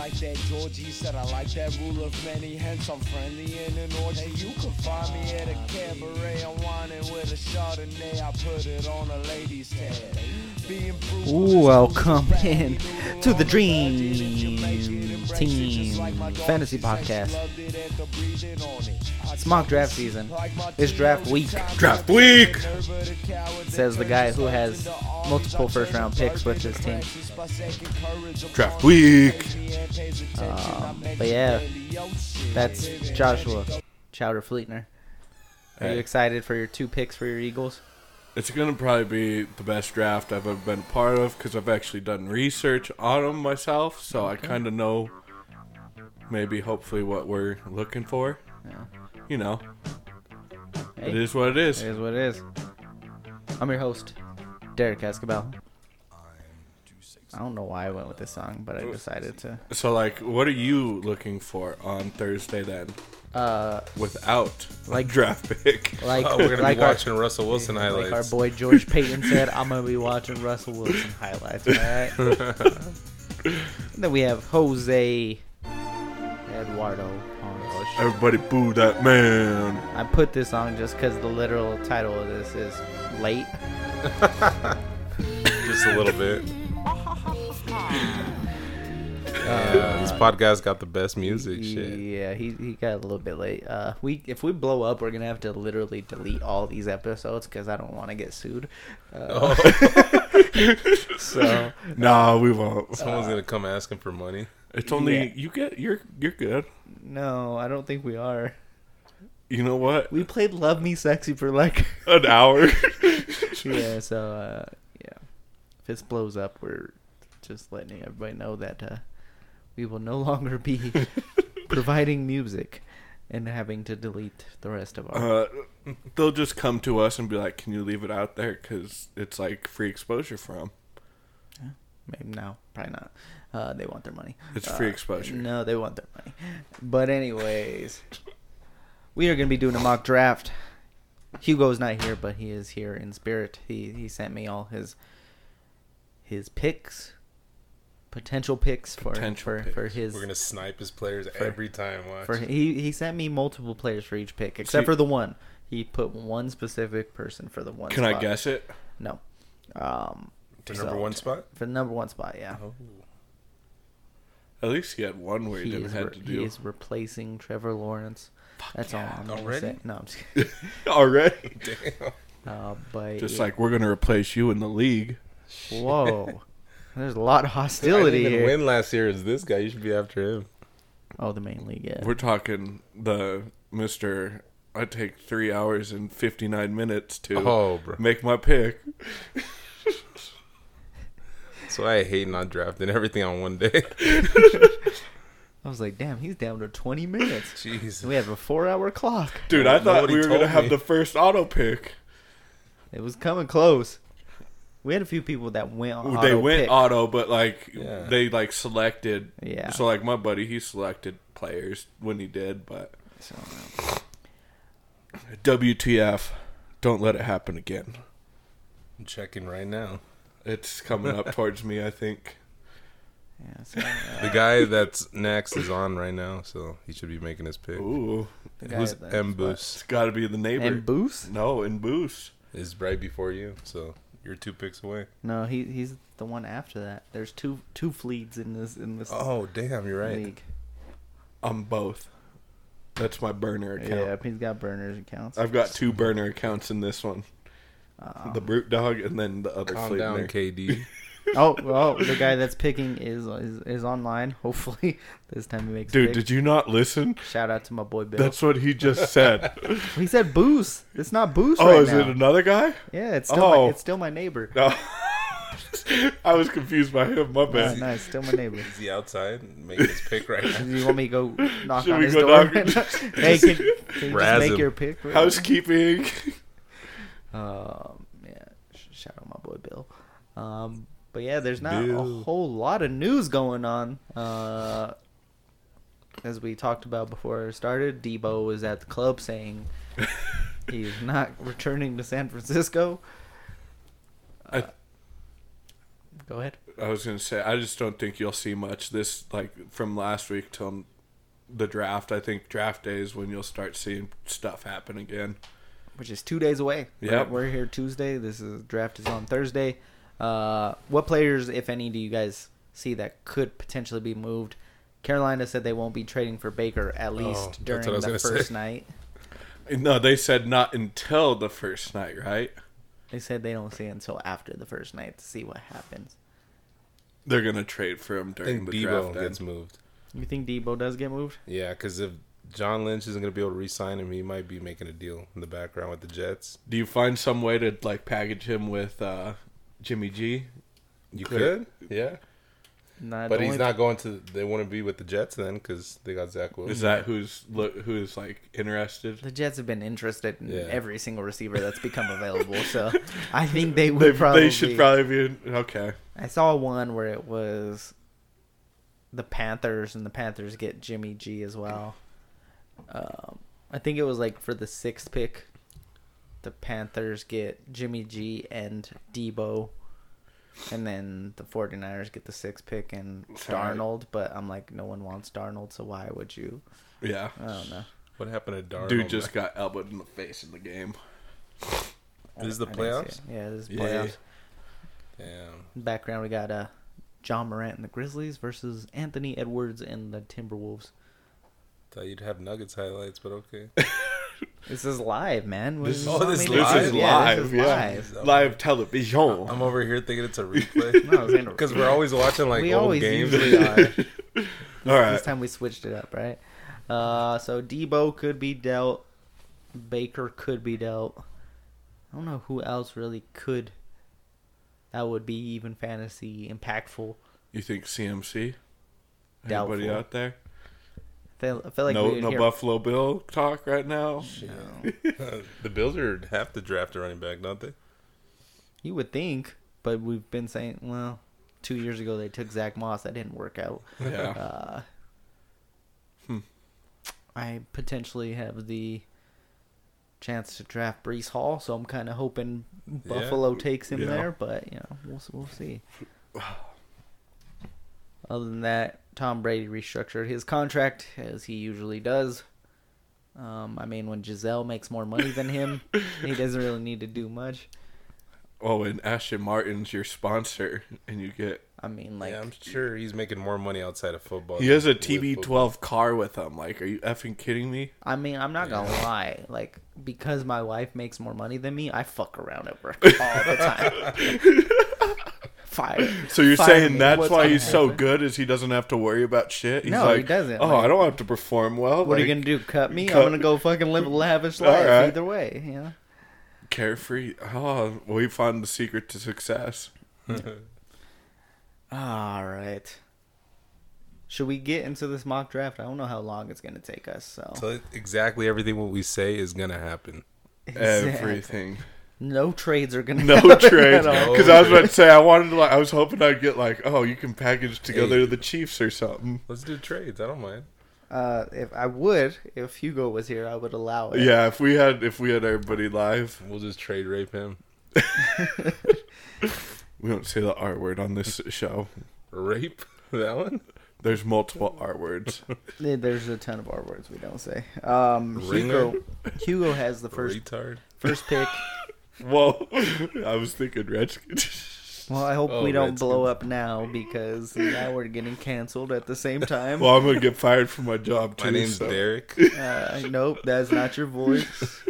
like that Georgie said I like that rule of many, hence I'm friendly in an orgy. You can find me at a cabaret, I'm whining with a Chardonnay. I put it on a lady's head. Being bruised, Welcome in to the Dream Team Fantasy Podcast. It's mock draft season. It's draft week. Draft week! Says the guy who has multiple first round picks with his team. Draft week. Um, but yeah, that's Joshua Chowder Fleetner. Are Hey. you excited for your two picks for your Eagles? It's gonna probably be the best draft I've ever been a part of because I've actually done research on them myself, so I kind of know maybe hopefully what we're looking for. Yeah. You know, Hey, it is what it is. It is what it is. I'm your host, Derek Escabel. I don't know why I went with this song, but I decided to. So, like, what are you looking for on Thursday then? Uh, Without like Like- draft pick, like, Oh, we're gonna like be watching Russell Wilson our, like our highlights. boy George Payton said, I'm gonna be watching Russell Wilson highlights. All right. then we have Jose Eduardo. Ponce. Oh, everybody boo that man. I put this on just because the literal title of this is late. Just a little bit. Yeah, this podcast got the best music. Shit. Yeah, Uh, he, he got a little bit late. Uh, we if we blow up, we're gonna have to literally delete all these episodes because I don't want to get sued. Uh, so Nah, we won't. Someone's gonna come asking for money. It's only yeah. you get you're you're good. no, I don't think we are. You know what? We played "Love Me Sexy" for like An hour. yeah. So uh, yeah, if this blows up, we're just letting everybody know that uh, we will no longer be providing music and having to delete the rest of our. uh, they'll just come to us and be like, "Can you leave it out there? Because it's like free exposure from Maybe no, probably not. Uh, they want their money. It's Uh, free exposure. No, they want their money. But anyways, we are going to be doing a mock draft. Hugo's not here, but he is here in spirit. He he sent me all his his picks, potential picks for Potential for, for picks. his We're gonna snipe his players every time. Watch. for he he sent me multiple players for each pick except See- for the one. He put one specific person for the one. Can I spot. guess it? No. Um, The number one spot? For the number one spot, yeah. Oh, At least he had one where he, he didn't is, have re- to he do is replacing Trevor Lawrence. That's all I'm gonna Already? say. No, I'm just kidding. already. Damn. Uh, but Just yeah. like we're gonna replace you in the league. whoa, there's a lot of I hostility didn't even here. win last year. Is this guy? You should be after him. Oh, the main league. Yeah. We're talking the Mister. I take three hours and fifty nine minutes to Oh, bro. make my pick. So I hate not drafting everything on one day. I was like, damn, he's down to 20 minutes. Jeez. we have a four-hour clock. Dude, I thought Nobody we were told gonna have me. the first auto pick. It was coming close. We had a few people that went on. they auto went pick. auto, but like Yeah. they like selected. Yeah. So like my buddy, he selected players when he did, but So, WTF? Don't let it happen again. I'm checking right now. It's coming up towards me. I think. yeah, so, uh, The guy that's next is on right now, so he should be making his pick. Ooh, the guy Who's at the it's Embus? got to be the spot- neighbor. And Booth? No, in Boost. Is right before you, so you're two picks away. No, he he's the one after that. There's two two fleets in this in this Oh, damn, you're right. league. I'm both. That's my burner account. Yeah, he's got burners accounts. I've got two burner accounts in this one. Uh, Uh, the brute dog and then the other. Calm Fleet down, Nerd. KD. Oh, well, the guy that's picking is is, is online. Hopefully, this time he makes. Dude, it. did you not listen? Shout out to my boy Bill. That's what he just said. He said boost. It's not boost oh, right is now. it another guy? yeah, it's still Oh. my, it's still my neighbor. No. I was confused by him. My Nice, bad. no, it's still my neighbor. Is he outside and making his pick right Do now? you want me to go knock Should on we his go door? knock- right now? hey, can, can you just Razz make him. your pick? right Housekeeping. now? Um, yeah. sh- Shout out my boy Bill. Um, but yeah, there's not Bill. a whole lot of news going on. Uh, as we talked about before it started, Debo was at the club saying he's not returning to San Francisco. I- Uh, Go ahead. I was gonna say I just don't think you'll see much this like from last week till the draft. I think draft day is when you'll start seeing stuff happen again. Which is two days away. We're- Yep. We're here Tuesday. This is draft is on Thursday. Uh, what players, if any, do you guys see that could potentially be moved? Carolina said they won't be trading for Baker at least Oh, that's during what I was the gonna say. first night. No, they said not until the first night, right? They said they don't see until after the first night to see what happens. They're gonna trade for him I during think the Debo draft. then. gets moved. You think Debo does get moved? Yeah, because if John Lynch isn't going to be able to re-sign him, he might be making a deal in the background with the Jets. Do you find some way to like package him with uh, Jimmy G? You Could. could, yeah, Not but the he's only- not going to. They wouldn't be with the Jets then because they got Zach Wilson. Is that who's lo- who's like interested? The Jets have been interested in Yeah. every single receiver that's become available, so I think they They, would they probably. should probably be in- okay. I saw one where it was the Panthers, and the Panthers get Jimmy G as well. Um, I think it was like for the sixth pick, the Panthers get Jimmy G and Debo, and then the 49ers get the sixth pick and Sorry. Darnold. But I'm like, no one wants Darnold, so why would you? Yeah, I don't know. What happened to Darnold? dude just got elbowed in the face in the game. This is the I didn't playoffs? see it. Yeah, this is Yeah. playoffs. Damn. background, we got uh, John Morant and the Grizzlies versus Anthony Edwards and the Timberwolves. Thought you'd have Nuggets highlights, but okay. This is live, man. What This do you is- oh, want this me to is do? live? This is Yeah, live. this is yeah. live. Live television. I'm over here thinking it's a replay No, it's in- because we're always watching like we old always games. usually are. All right. This time we switched it up, right? Uh, so Debo could be dealt. Baker could be dealt. I don't know who else really could. That would be even fantasy impactful. You think CMC? Doubtful. Anybody out there? I feel I feel like we no, would no hear- Buffalo Bill talk right now. No. the Bills are have to draft a running back, don't they? You would think, but we've been saying, well, two years ago they took Zach Moss. That didn't work out. Yeah, Hmm. Uh, I potentially have the chance to draft Brees Hall, so I'm kind of hoping Buffalo takes him Yeah. there, but, you know, we'll, s- we'll see. Other than that, Tom Brady restructured his contract, as he usually does. Um, I mean, when Giselle makes more money than him, he doesn't really need to do much. Oh, and Ashton Martin's your sponsor, and you get I mean, like, yeah, I'm sure he's making more money outside of football. he has a than with football. TB12 car with him. Like, are you effing kidding me? I mean, I'm not gonna lie. Like, because my wife makes more money than me, I fuck around at work all the time. Fire. So you're Fire saying me. that's What's why gonna he's so happen? good is he doesn't have to worry about shit. He's No, he like, doesn't. Oh, Like- I don't have to perform well. What are you like, gonna do? Cut me? Cut- I'm gonna go fucking live a lavish All life. right. Either way, you know. Carefree. Oh, we found the secret to success. All right. Should we get into this mock draft? I don't know how long it's gonna take us. So So exactly everything what we say is gonna happen. Everything. no trades are gonna. No happen at trades. all. all. Oh, Because I was about to say I wanted to. Like, I was hoping I'd get like, oh, you can package together the Chiefs or something. Let's do trades. I don't mind. Uh, if I would, if Hugo was here, I would allow it. Yeah, if we had if we had everybody live, We'll just trade rape him. we don't say the R word on this show. Rape that one. There's multiple R words. There- Eh, There's a ton of R words we don't say. Um, Ringer. Hugo, Hugo has the first Retard. first pick. Whoa, I was thinking Redskins. Well, I hope Oh, we don't Redskins. blow up now because now we're getting canceled at the same time. Well, I'm gonna get fired from my job too. My name's so- Derek. Uh, nope, that's not your voice.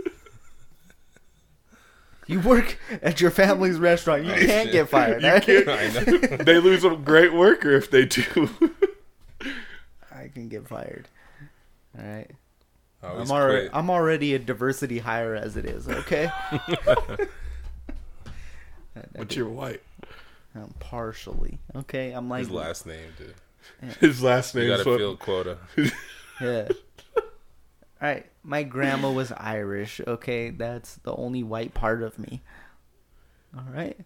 You work at your family's restaurant. You Oh, can't shit. get fired. You right? can't- I know. they lose a great worker if they do. I can get fired. All right. I I'm always already Oh, quit. I'm already a diversity hire as it is. Okay. That- that but you're white. Um, partially. Okay, I'm like His last name, dude. His last You name gotta is what. fill quota. Yeah. All right, my grandma was Irish. Okay, that's the only white part of me. All right.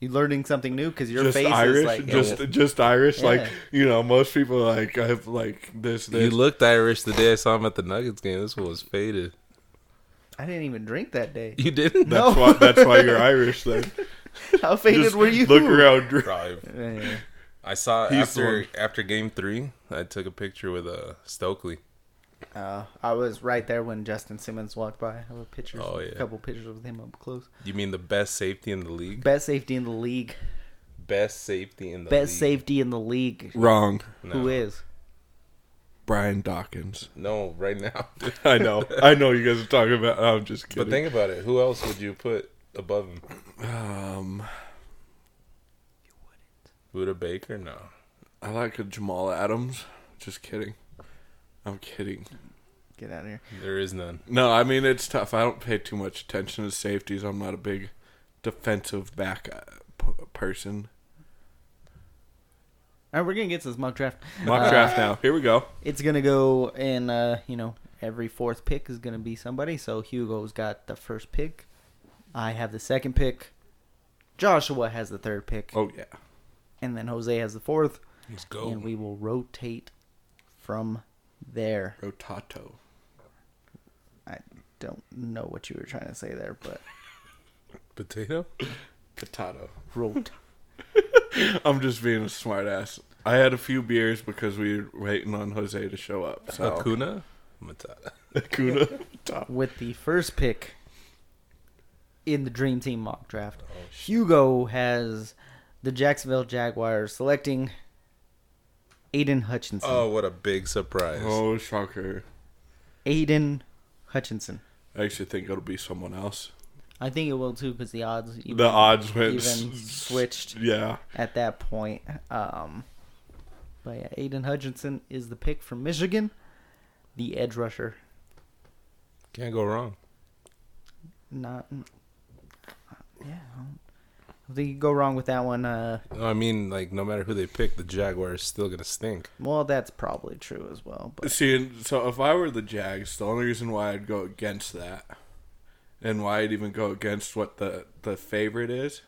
You learning something new because your Just face Irish, is like just just Irish. Like Yeah. you know, most people are like I have like this. You this. looked Irish the day I saw him at the Nuggets game. This one was faded. I didn't even drink that day. You didn't? that's why that's why you're Irish. Then How faded Just were you? Look around. Drew. Probably. Yeah. I saw He's the after one. after game three. I took a picture with uh, Stokely. Uh, I was right there when Justin Simmons walked by. I have a picture, Oh, a yeah. couple pictures of him up close. You mean the best safety in the league? Best safety in the league. Best safety in the Best league. safety in the league. Wrong. No. Who is? Brian Dawkins. No, right now. dude. I know. I know you guys are talking about. I'm just but kidding. think about it. Who else would you put above him? um, Buda Baker? No. I like a Jamal Adams. Just kidding. I'm kidding. Get out of here. There is none. No, I mean it's tough. I don't pay too much attention to safeties. I'm not a big defensive back uh, p- person. All right, we're gonna get to this mock draft. Mock Uh, draft now. Here we go. It's gonna go in. Uh, you know, every fourth pick is gonna be somebody. So Hugo's got the first pick. I have the second pick. Joshua has the third pick, Oh yeah. and then Jose has the fourth. Let's go. And we will rotate from there. Rotato. I don't know what you were trying to say there, but Potato? Potato. rot- I'm just being a smartass. I had a few beers because we were waiting on Jose to show up. Oh, So Hakuna? Matata. Hakuna. Top. with the first pick in the Dream Team mock draft. Hugo has the Jacksonville Jaguars selecting Aiden Hutchinson. Oh, what a big surprise. Oh shocker. Aiden Hutchinson. I actually think it'll be someone else. I think it will too because the odds even, The odds went even switched Yeah. at that point. Um, but yeah, Aiden Hutchinson is the pick from Michigan, the edge rusher. Can't go wrong. Not, yeah, I don't, I don't think you can go wrong with that one. Uh, No, I mean, like, no matter who they pick, the Jaguars still going to stink. well, that's probably true as well. But See, and so if I were the Jags, the only reason why I'd go against that, and why I'd even go against what the the favorite is,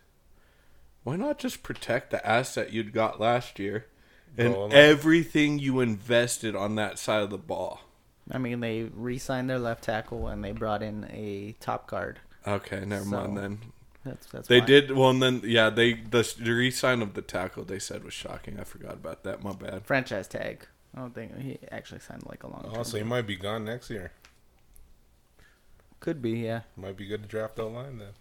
why not just protect the asset you'd got last year, and Go on. everything you invested on that side of the ball? I mean, they re-signed their left tackle and they brought in a top guard. Okay, never So, mind then. That's that's They fine. did well, and then yeah, they the, the re-sign of the tackle they said was shocking. I forgot about that. My bad. franchise tag. I don't think he actually signed like a long. term. Also, he might be gone next year. could be. Yeah, Might be good to draft that line then.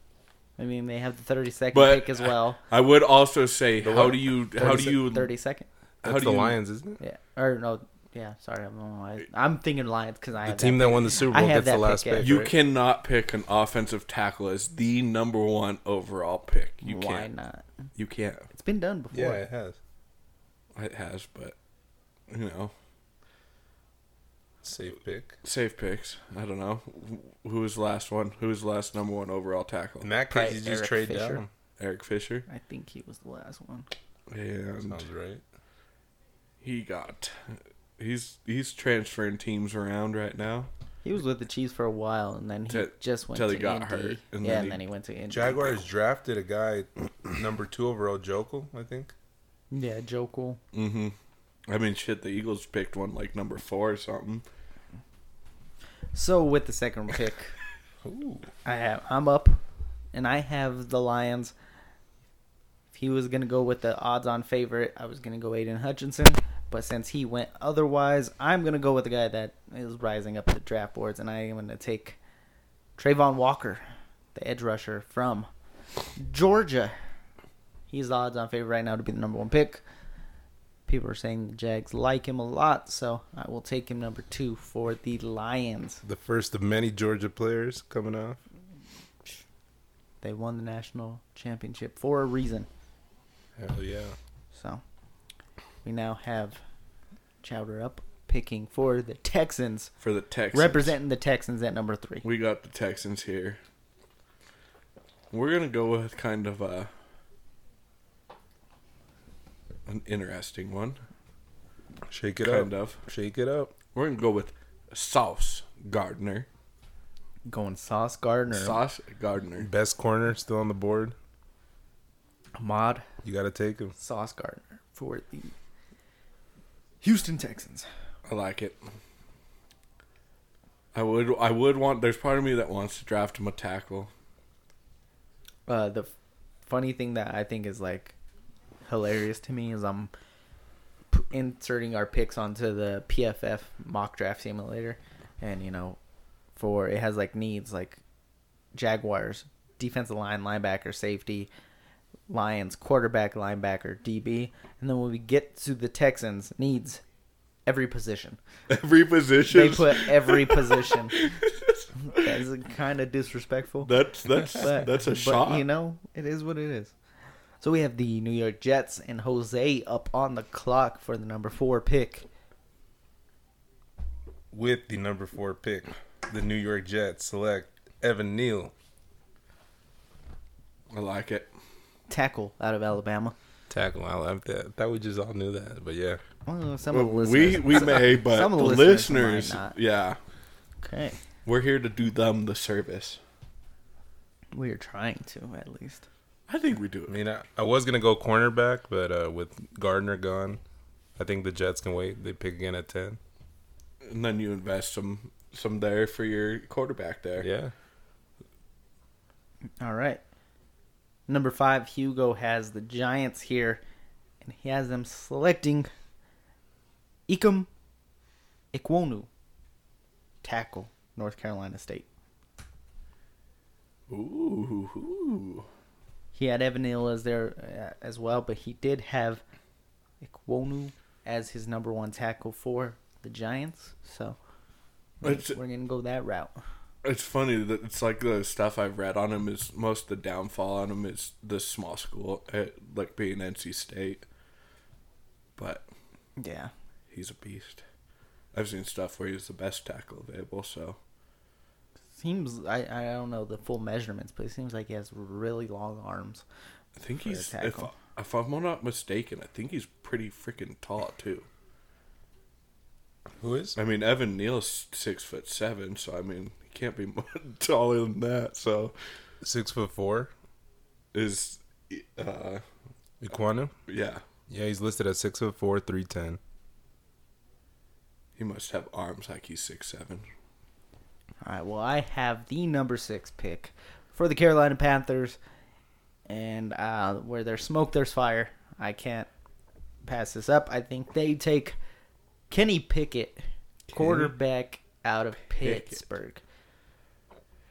I mean, they have the thirty second But- pick as well. I would also say, The how what? do you how do you thirty second? how That's do the you- Lions, isn't it? Yeah, or no? Yeah, sorry, I'm, I, I'm thinking Lions because I The have team that. that won the Super I Bowl have gets the that last pick, pick. yeah. right? You cannot pick an offensive tackle as the number one overall pick. You Why can't. not? You can't. It's been done before. Yeah, it has. It has, but you know, Safe pick. safe picks. I don't know Wh- who was the last one. Who was the last number one overall tackle? In that Probably case, you just Eric trade Fisher. down. Eric Fisher, I think he was the last one. and Sounds right. he got. He's he's transferring teams around right now. He was with the Chiefs for a while, and then he Till- just went till to he got Indy. hurt, and yeah, then and he- then he went to Indy. Jaguars drafted a guy, number two overall, Jokel, I think. Yeah, Jokel. Mm-hmm. I mean, shit. The Eagles picked one like number four or something. So with the second pick, Ooh. I have I'm up, and I have the Lions. If he was gonna go with the odds-on favorite, I was gonna go Aiden Hutchinson. But since he went otherwise, I'm gonna go with the guy that is rising up the draft boards, and I am gonna take Trayvon Walker, the edge rusher from Georgia. He's the odds-on favorite right now to be the number one pick. People are saying the Jags like him a lot, so I will take him number two for the Lions. The first of many Georgia players coming off. They won the national championship for a reason. Hell yeah. So we now have Chowder up picking for the Texans, For the Texans, representing the Texans at number three. We got the Texans here. We're gonna go with kind of a an interesting one, Shake it kind up. of. Shake it up. We're gonna go with Sauce Gardner. Going Sauce Gardner, Sauce Gardner. Best corner still on the board. Ahmad You got to take him. Sauce Gardner for the Houston Texans. I like it. I would. I would want. There's part of me that wants to draft him a tackle. Uh, the funny thing that I think is like hilarious to me is I'm p- inserting our picks onto the PFF mock draft simulator, and you know, for it has like needs like Jaguars defensive line, linebacker, safety, Lions quarterback, linebacker, DB, and then when we get to the Texans needs every position. Every position. They put every position. That's kind of disrespectful. that's that's that's a shot. You know, it is what it is. So we have the New York Jets and Jose up on the clock for the number four pick. With the number four pick, the New York Jets select Evan Neal, I like it. Tackle out of Alabama. tackle. I like that. That we just all knew that, but yeah, Well, some Well, of the listeners. we we may, but some of the the listeners, listeners might not. yeah, Okay. we're here to do them the service. We are trying to, at least. I think we do I it. mean, I, I was gonna go cornerback, but uh, with Gardner gone, I think the Jets can wait. They pick again at ten. and then you invest some some there for your quarterback there. Yeah, All right. Number five, Hugo has the Giants here, and he has them selecting Ikum Ikwonu, tackle, North Carolina State. Ooh, ooh. He had Evan Neal as there uh, as well, but he did have Ikwonu as his number one tackle for the Giants. So It's we're gonna go that route. it's funny that it's like the stuff I've read on him is most of the downfall on him is this small school, eh, like being NC State. But Yeah. he's a beast. I've seen stuff where he's the best tackle available. So Seems I I don't know the full measurements, but it seems like he has really long arms. I think For a he's if tackle. if I'm not mistaken, I think he's pretty freaking tall too. who is? I mean, Evan Neal's six foot seven, so I mean he can't be more taller than that. So Six foot four. is uh Iquanu. yeah, Yeah, he's listed at six foot four, three ten. he must have arms like he's six seven. All right. Well, I have the number six pick for the Carolina Panthers, and uh, where there's smoke, there's fire. I can't pass this up. I think they take Kenny Pickett, quarterback out of Pickett. Pittsburgh.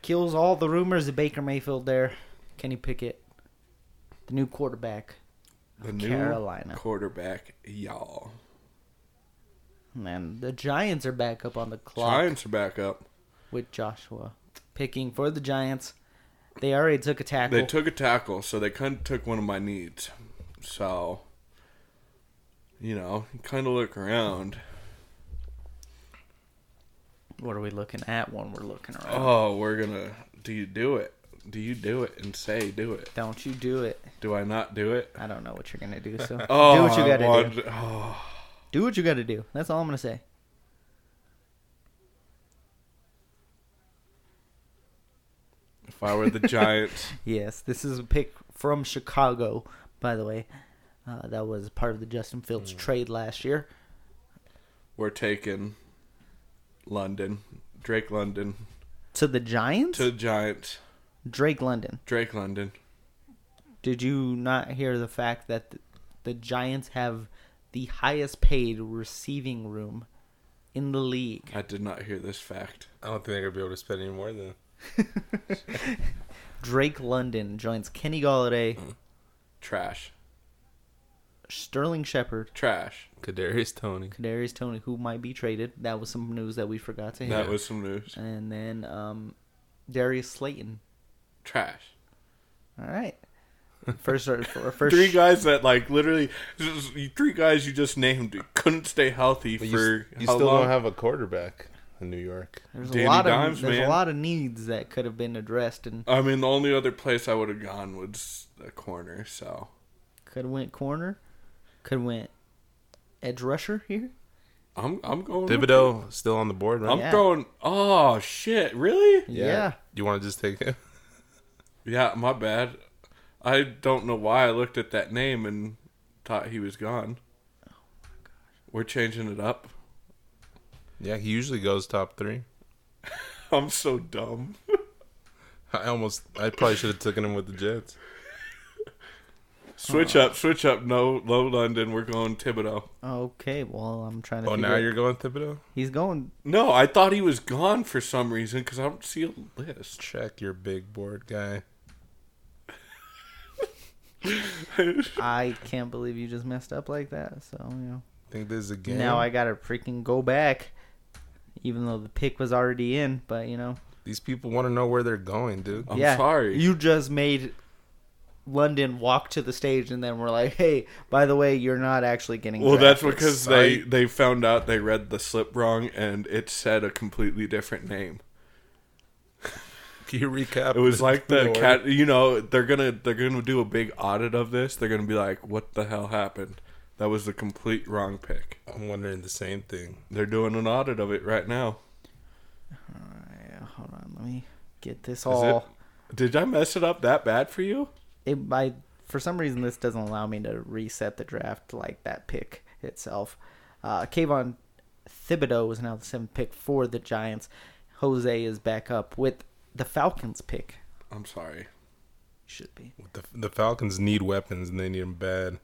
Kills all the rumors of Baker Mayfield there. Kenny Pickett, the new quarterback. The new Carolina. quarterback, y'all. And the Giants are back up on the clock. Giants are back up. with Joshua picking for the Giants. They already took a tackle. They took a tackle, so they kind of took one of my needs. So, you know, kind of look around. what are we looking at when we're looking around? Oh, we're gonna. Do you do it? Do you do it and say do it? Don't you do it. Do I not do it? I don't know what you're gonna do. So Oh, do what you I gotta want- do. Oh, Do what you gotta do. That's all I'm gonna say. if I were the Giants, Yes, this is a pick from Chicago, by the way. Uh, that was part of the Justin Fields Mm. trade last year. we're taking London, Drake London To the Giants? to the Giants, Drake London. Drake London. Did you not hear the fact that th- the Giants have the highest paid receiving room in the league? I did not hear this fact. I don't think they're gonna be able to spend any more than. Drake London joins Kenny Galladay, Mm. Trash, Sterling Shepard, trash. Kadarius Tony. Kadarius Tony, who might be traded. That was some news that we forgot to hear. That was some news. and then um, Darius Slayton. Trash. All right, first or, or first. three guys that like literally three guys you just named couldn't stay healthy But you, for s- you how still long? don't have a quarterback in New York. There's Danny a lot Dimes, of there's man. a lot of needs that could have been addressed and I mean, the only other place I would have gone was the corner. So could have went corner, could have went edge rusher here. I'm I'm going. with it. Thibodeau still on the board, right? I'm Yeah. going. Oh shit! Really? Yeah. You want to just take him? Yeah, my bad. I don't know why I looked at that name and thought he was gone. We're changing it up. Yeah, he usually goes top three. I'm so dumb. I almost, I probably should have taken him with the Jets. Switch Uh. up, switch up. No, low London. We're going Thibodeau. Okay, well, I'm trying to. Oh, figure- now you're going Thibodeau? He's going. No, I thought he was gone for some reason because I don't see a list. Check your big board guy. I can't believe you just messed up like that. So you know. think this is a game. Now I gotta freaking go back, even though the pick was already in. But you know, These people want to know where they're going, dude. I'm sorry. You just made London walk to the stage, and then we're like, "Hey, by the way, you're not actually getting." Well, that's drafted." because they they found out they read the slip wrong and it said a completely different name. Can you recap? It was like the cat. You know, they're gonna they're gonna do a big audit of this. They're gonna be like, "What the hell happened? That was the complete wrong pick." I'm wondering the same thing. They're doing an audit of it right now. Alright, hold on, let me get this Is all. it? Did I mess it up that bad for you? It, I, for some reason, this doesn't allow me to reset the draft like that pick itself. Uh, Kayvon Thibodeau was now the seventh pick for the Giants. Jose is back up with the Falcons pick. I'm sorry. Should be. The, the Falcons need weapons and they need them bad.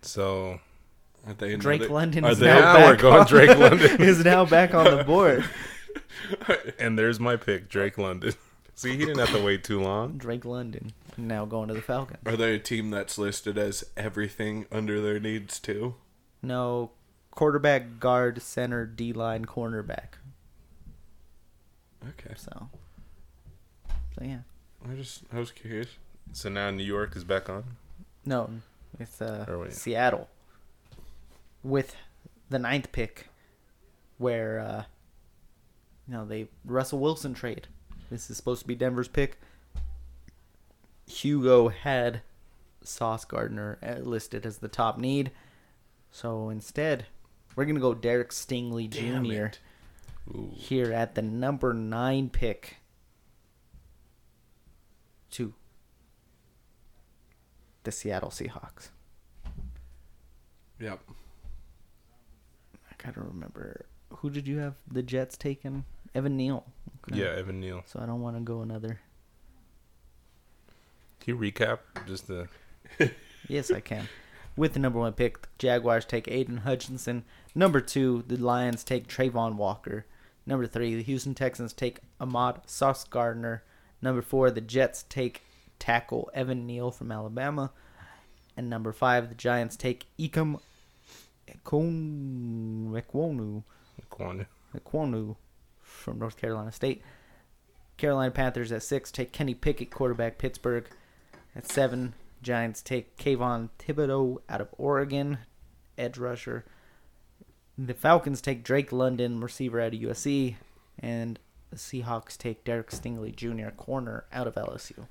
So Are they Drake another- London Are is they now Now back we're going on, Drake London. is now back on the board. and there's my pick, Drake London. See, he didn't have to wait too long. Drake London now going to the Falcons. Are they a team that's listed as everything under their needs too? No, quarterback, guard, center, D line, cornerback. Okay, So, so yeah. I just I was curious. So now New York is back on. No, it's uh, Or wait. Seattle with the ninth pick, where uh, you know they Russell Wilson trade. This is supposed to be Denver's pick. Hugo had Sauce Gardner uh, listed as the top need, so instead we're gonna go Derek Stingley Damn Jr. it. Ooh. here at the number nine pick. To the Seattle Seahawks. Yep. I gotta remember who did you have the Jets taken? Evan Neal. Okay. Yeah, Evan Neal. So I don't want to go another. Can you recap just the Yes, I can. With the number one pick, the Jaguars take Aiden Hutchinson. Number two, the Lions take Trayvon Walker. Number three, the Houston Texans take Ahmad Sauce Gardner. Number four, the Jets take tackle Evan Neal from Alabama. And number five, the Giants take Ikem Ekwonu. corner? Kwonu from North Carolina State. Carolina Panthers at six take Kenny Pickett, quarterback Pittsburgh. At seven, Giants take Kayvon Thibodeau out of Oregon, edge rusher. The Falcons take Drake London, receiver out of USC, and the Seahawks take Derek Stingley Jr., corner out of LSU.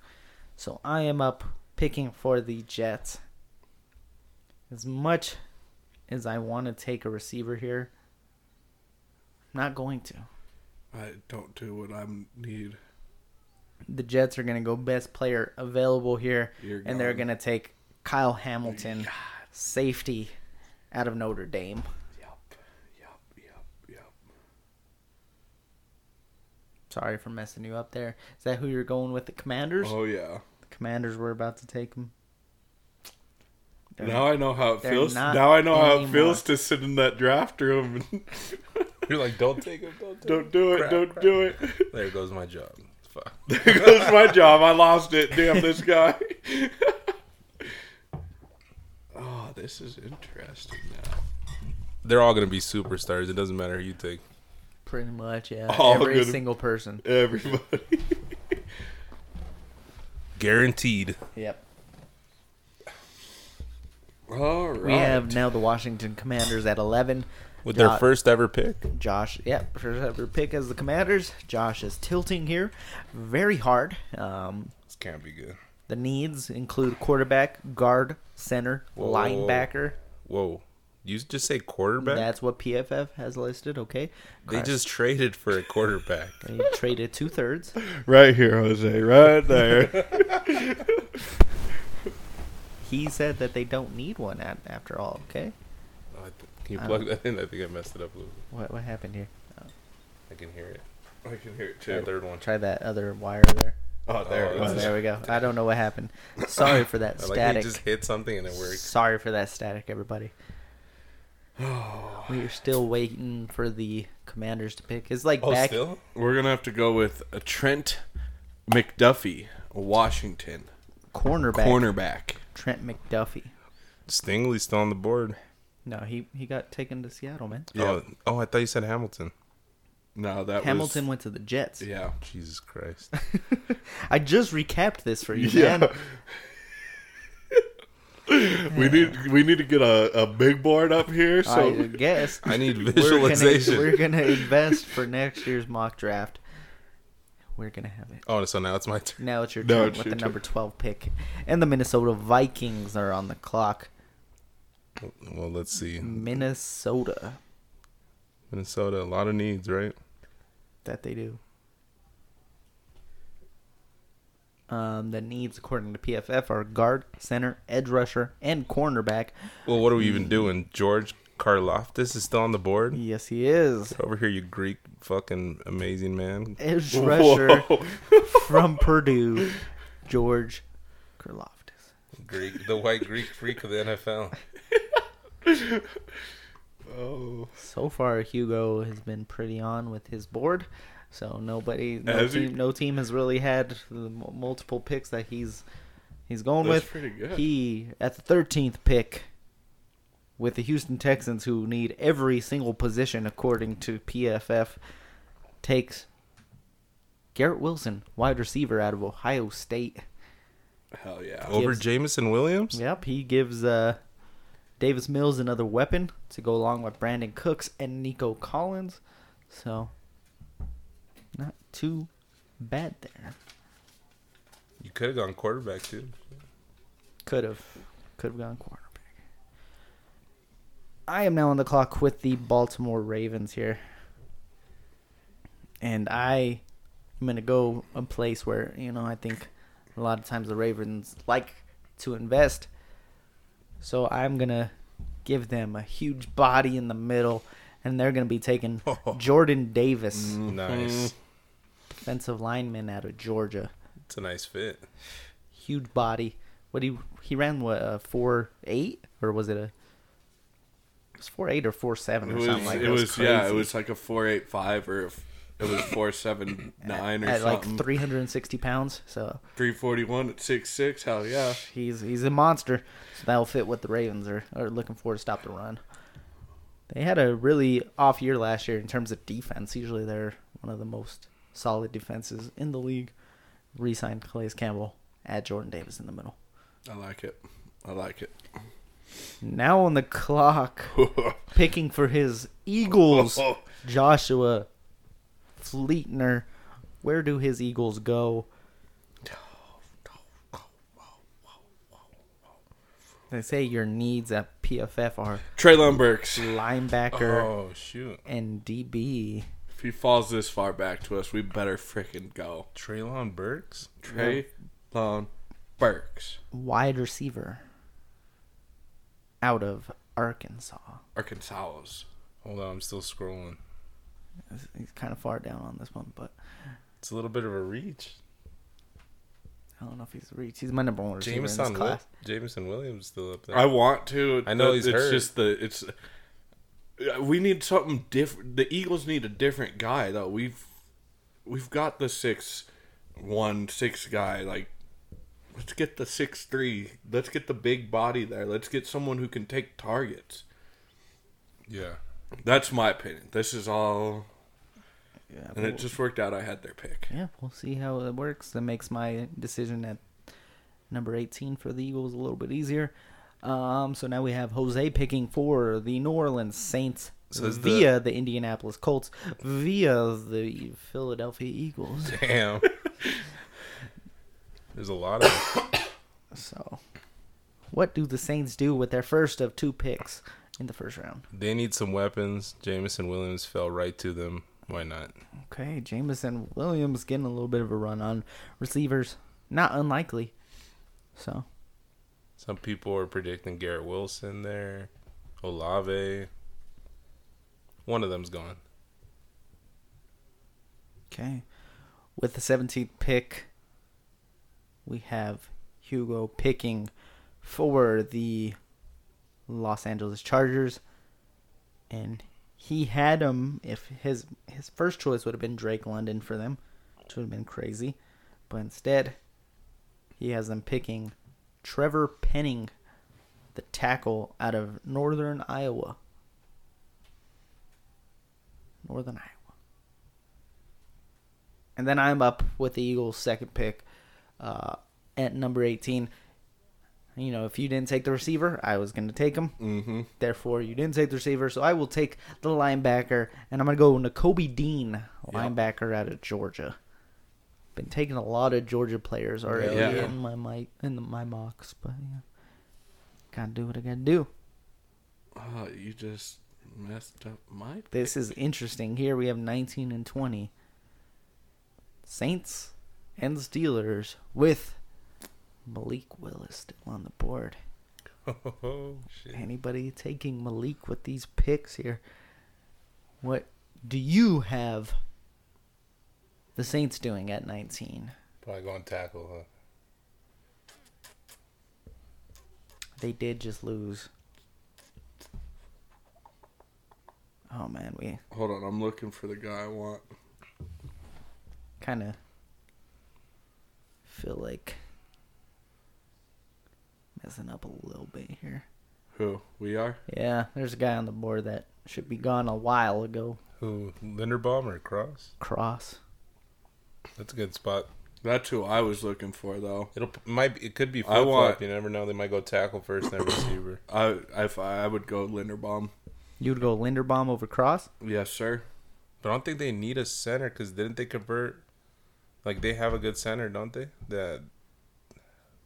So I am up picking for the Jets. As much as I want to take a receiver here, I'm not going to. I don't do what I need. the Jets are going to go best player available here, You're and they're gone. going to take Kyle Hamilton, safety out of Notre Dame. Yep. Yep. Yep. Yep. Sorry for messing you up there. Is that who you're going with? The Commanders? Oh yeah. The Commanders were about to take him. They're- Now I know how it they're feels. not Now I know how it anymore. feels to sit in that draft room and You're like, don't take him, don't take him. don't do it, Crap, don't crap. do it. There goes my job. Fuck. There goes my job. I lost it. Damn this guy. oh, this is interesting now. They're all gonna be superstars. It doesn't matter who you take. pretty much, yeah. All Every good. single person. Everybody. Guaranteed. Yep. All right. We have now the Washington Commanders at 11. With Dot- their first ever pick. Josh, yep, first ever pick as the Commanders. Josh is tilting here very hard. Um, This can't be good. The needs include quarterback, guard, center, Whoa. linebacker. Whoa. You just say quarterback? That's what PFF has listed. Okay, they Guard. just traded for a quarterback. They traded two thirds. Right here, Jose. Right there. He said that they don't need one at, after all. Okay, Oh, I th- can you I plug that in? I think I messed it up a little bit. what what happened here? I can hear it. I can hear it That third one. Try that other wire there. Oh, there it Oh, Oh, was. there we go. I don't know what happened. Sorry for that I like how you static. just hit something and it works. Sorry for that static, everybody. we are still waiting for the commanders to pick. It's like Oh, back. still? We're gonna have to go with a Trent McDuffie, Washington cornerback cornerback. Trent McDuffie. Stingley's still on the board. No, he he got taken to Seattle, man. Yeah. Oh, oh, I thought you said Hamilton. No, that Hamilton was went to the Jets. yeah. Jesus Christ. I just recapped this for you, man. we need we need to get a, a big board up here. I So guess I need we're gonna, visualization. we're gonna invest for next year's mock draft. We're gonna have it. Oh, so now it's my turn. Now it's your No, turn it's with your the turn. number twelve pick, and the Minnesota Vikings are on the clock. Well, let's see. Minnesota, Minnesota, a lot of needs, right? that they do. Um, the needs according to PFF are guard, center, edge rusher, and cornerback. Well, what are we Mm. even doing? George Karloftis is still on the board. Yes, he is. Over here, you Greek fucking amazing man. Edge rusher Whoa. from Purdue, George Karloftis. Greek, the white Greek freak of the NFL. Oh. So far, Hugo has been pretty on with his board. So nobody, no Has he? team, no team has really had the m- multiple picks that he's he's going That's with. pretty good. He at the thirteenth pick with the Houston Texans, who need every single position according to PFF, takes Garrett Wilson, wide receiver out of Ohio State. Hell yeah. Over Gibbs. Jamison Williams? Yep, he gives uh, Davis Mills another weapon to go along with Brandon Cooks and Nico Collins. So, not too bad there. You could have gone quarterback, too. Could have, could have gone quarterback. I am now on the clock with the Baltimore Ravens here, and I am gonna go a place where you know I think a lot of times the Ravens like to invest. So I'm gonna give them a huge body in the middle, and they're gonna be taking Jordan Davis, Mm. Mm-hmm. Nice. defensive lineman out of Georgia. It's a nice fit. Huge body. What he he ran what a four eight or was it a? It was four eight or four seven It or was, something like that. it was, yeah, it crazy. was like a four eight five or if it was four seven nine or at something. like 360 pounds. So three forty one at six six. Hell yeah. he's he's a monster. So that'll fit what the Ravens are, are looking for to stop the run. They had a really off year last year in terms of defense. Usually they're one of the most solid defenses in the league. Re-signed Calais Campbell, add Jordan Davis in the middle. I like it. I like it. Now on the clock, picking for his Eagles, Joshua Fleetner. Where do his Eagles go? They say your needs at PFF are Traylon Burks. linebacker Oh, shoot. and DB. If he falls this far back to us, we better freaking go. Traylon Burks? Traylon Burks, Wide receiver out of Arkansas. Arkansas. Hold on, I'm still scrolling. He's- He's kind of far down on this one, but It's a little bit of a reach. I don't know if he's reached. He's my number one receiver in Jameson, this Wil- class. Jameson Williams still up there. I want to. I know but he's It's hurt. just the it's. We need something different. The Eagles need a different guy though. We've we've got the six one six guy. Like, let's get the six three. Let's get the big body there. Let's get someone who can take targets. yeah. That's my opinion. This is all, Yeah, and but- it just worked out. I had their pick. Yeah, we'll see how it works. That makes my decision at number 18 for the Eagles a little bit easier. Um, so now we have Jose picking for the New Orleans Saints So is the- via the... Indianapolis Colts via the Philadelphia Eagles. Damn. There's a lot of So, what do the Saints do with their first of two picks in the first round? They need some weapons. Jameson Williams fell right to them. Why not? Okay, Jameson Williams getting a little bit of a run on receivers. Not unlikely. So, Some people are predicting Garrett Wilson there, Olave. One of them's gone. Okay. With the 17th pick, we have Hugo picking for the Los Angeles Chargers, and he had him. If his his first choice would have been Drake London for them, which would have been crazy, but instead he has them picking Trevor Penning, the tackle out of Northern Iowa. Northern Iowa. And then I'm up with the Eagles' second pick uh, at number 18. You know, if you didn't take the receiver, I was going to take him. Mm-hmm. Therefore, you didn't take the receiver, so I will take the linebacker, and I'm going to go N'Kobe Dean, linebacker out of Georgia. Been taking a lot of Georgia players already Yeah. in my mic in the, my mocks, but yeah, gotta do what I gotta do. Oh, you just messed up my. This is interesting. Here we have 19 and 20. Saints and Steelers with Malik Willis still on the board. Oh, shit. Anybody taking Malik with these picks here? What do you have the Saints doing at 19? Probably going tackle, huh? They did just lose. Oh man, we Hold on, I'm looking for the guy I want. kind of feel like messing up a little bit here. Who we are? Yeah, there's a guy on the board that should be gone a while ago. Who? Linderbaum or Cross? Cross. That's a good spot. That's who I was looking for, though. It'll might be, it could be I flip want- flop. You never know. They might go tackle first, then receiver. I if I, I would go Linderbaum. You would go Linderbaum over Cross? Yes, sir. But I don't think they need a center because didn't they convert? Like they have a good center, don't they? That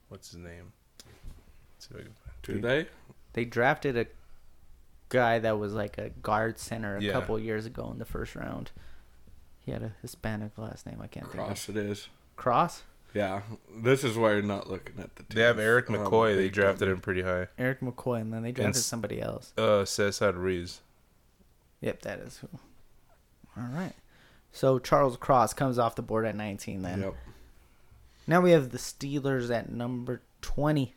what's his name? Let's see if I can Do find- they? They drafted a guy that was like a guard center a Yeah. couple years ago in the first round. He had a Hispanic last name. I can't think of. Cross it is. Cross? Yeah, this is why you're not looking at the. They have teams. Oh, Eric Um, McCoy. they Big drafted Ten. him pretty high. Eric McCoy, and then they drafted s- somebody else. Uh, Cesar Ruiz. Yep, that is who. All right. So Charles Cross comes off the board at 19 then. Yep. Now we have the Steelers at number 20.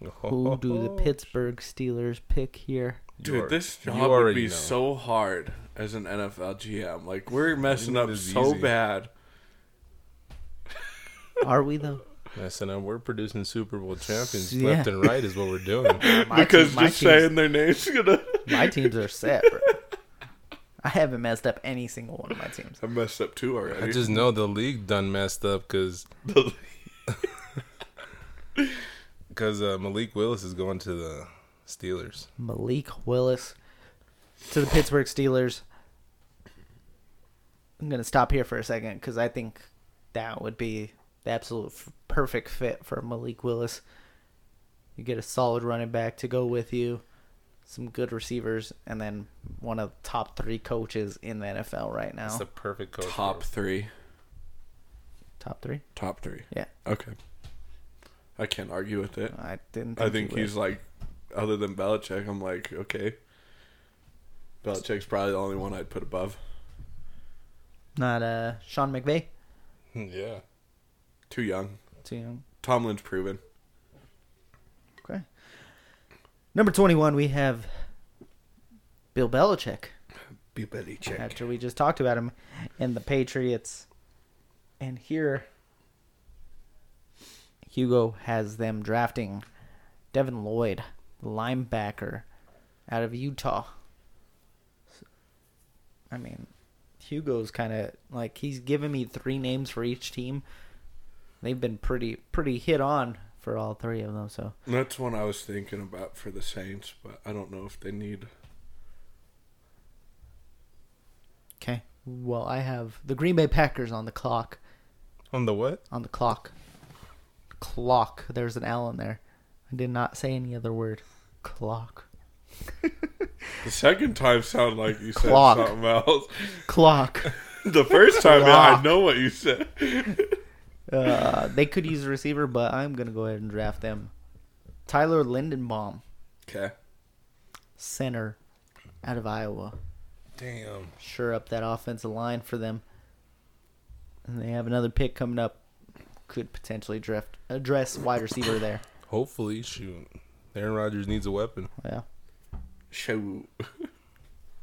Who do Oh. the Pittsburgh Steelers pick here? Dude, this You job would already be know. so hard as an NFL GM. Like we're messing up is so easy. bad. Are we though? Listen, uh, we're producing Super Bowl champions Yeah. left and right is what we're doing. My because team- my just team's- saying their names gonna. My teams are set, bro. I haven't messed up any single one of my teams. I messed up two already. I just know the league done messed up because because uh, Malik Willis is going to the Steelers. Malik Willis to the Pittsburgh Steelers. I'm going to stop here for a second because I think that would be the absolute f- perfect fit for Malik Willis. You get a solid running back to go with you, some good receivers, and then one of the top three coaches in the NFL right now. That's the perfect coach. for top him. three. top three? Top three. Yeah. Okay. I can't argue with it. I didn't. Think I think he he's would. like, other than Belichick, I'm like, okay. Belichick's probably the only one I'd put above. not uh Sean McVay. yeah. Too young. Too young. Tomlin's proven. Okay. Number 21, we have Bill Belichick. Be Belichick. After we just talked about him and the Patriots. And here, Hugo has them drafting Devin Lloyd, linebacker out of Utah. I mean, Hugo's kind of like he's given me three names for each team. They've been pretty pretty hit on for all three of them, so That's one I was thinking about for the Saints, but I don't know if they need. Okay. Well, I have the Green Bay Packers on the clock. On the what? On the clock. Clock. There's an L in there. I did not say any other word. Clock. The second time sounded like you said Clock. something else. Clock. The first time I Clock. know what you said. uh, they could use a receiver, but I'm gonna go ahead and draft them. Tyler Lindenbaum, Okay. center, out of Iowa. Damn. Sure up that offensive line for them. And they have another pick coming up. could potentially drift address wide receiver there. Hopefully, shoot. Aaron Rodgers needs a weapon. Yeah. Shoot.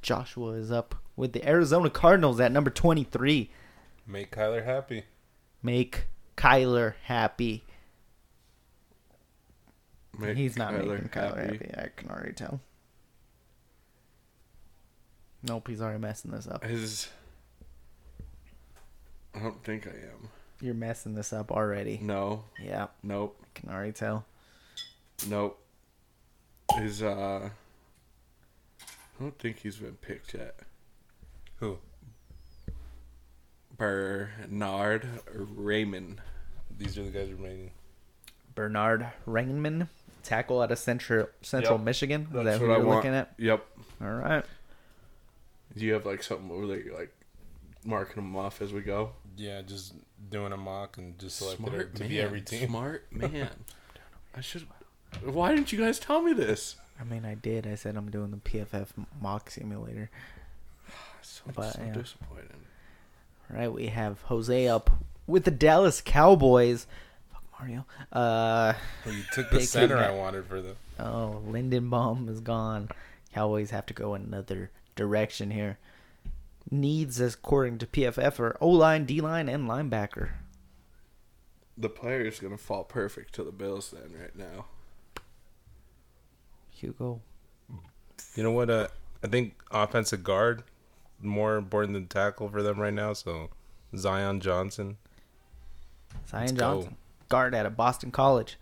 Joshua is up with the Arizona Cardinals at number 23. Make Kyler happy. Make Kyler happy. Make He's not Kyler making Kyler happy. I can already tell. Nope, he's already messing this up. His. I don't think I am. You're messing this up already. No. Yeah, Nope. I can already tell. Nope. His uh. I don't think he's been picked yet. Who? Bernard Raymond. These are the guys remaining. Bernard Rainman, tackle out of Central Central Yep, Michigan. Is That's that who what you're I want. looking at? Yep. All right. Do you have like something where they like marking them off as we go? Yeah, just doing a mock and just selected her Smart to man. be every team. Smart man. I should. Why didn't you guys tell me this? I mean, I did. I said I'm doing the PFF mock simulator. So, But, so yeah. disappointed. All right, we have Jose up with the Dallas Cowboys. Fuck Mario. Uh, Well, you took the Pick center him I up. wanted for them. oh, Lindenbaum is gone. Cowboys have to go another direction here. Needs, as according to PFF, are O line, D line, and linebacker. The player is gonna fall perfect to the Bills then right now. Hugo. You know what? Uh, I think offensive guard more important than tackle for them right now. So Zion Johnson. Zion go. Johnson, guard out of Boston College,